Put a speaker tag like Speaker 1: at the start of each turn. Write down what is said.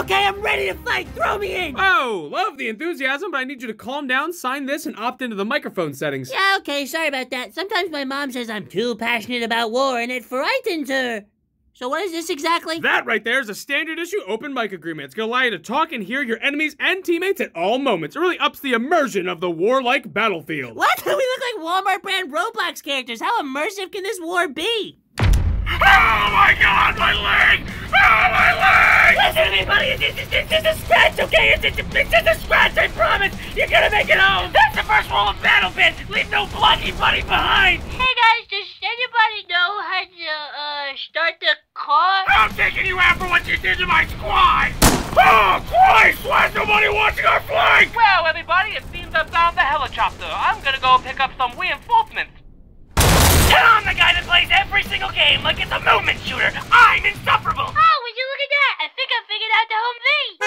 Speaker 1: Okay, I'm ready to fight. Throw me in.
Speaker 2: Oh, love the enthusiasm, but I need you to calm down, sign this, and opt into the microphone settings.
Speaker 1: Yeah, okay, sorry about that. Sometimes my mom says I'm too passionate about war and it frightens her. So what is this exactly?
Speaker 2: That right there is a standard issue open mic agreement. It's gonna allow you to talk and hear your enemies and teammates at all moments. It really ups the immersion of the warlike battlefield.
Speaker 1: what? We look like Walmart brand Roblox characters. How immersive can this war be?
Speaker 3: Oh my god, my leg! Oh my leg!
Speaker 1: Listen, anybody, it's, it's, it's, it's just a scratch, okay? It's, it's, it's just a scratch, I promise. You're gonna make it home.
Speaker 3: That's the first rule of Battle Pit! Leave no bloody buddy behind!
Speaker 4: Hey guys, does anybody know how to uh, start the car?
Speaker 3: I'm taking you out for what you did to my squad! Oh, Christ! Why is nobody watching our flank?
Speaker 5: Well, everybody, it seems I found the helicopter. I'm gonna go pick up some reinforcements.
Speaker 3: And I'm the guy that plays every single game like it's a movement shooter! I'm insufferable!
Speaker 4: Oh, would you look at that? I think I figured out the home thing.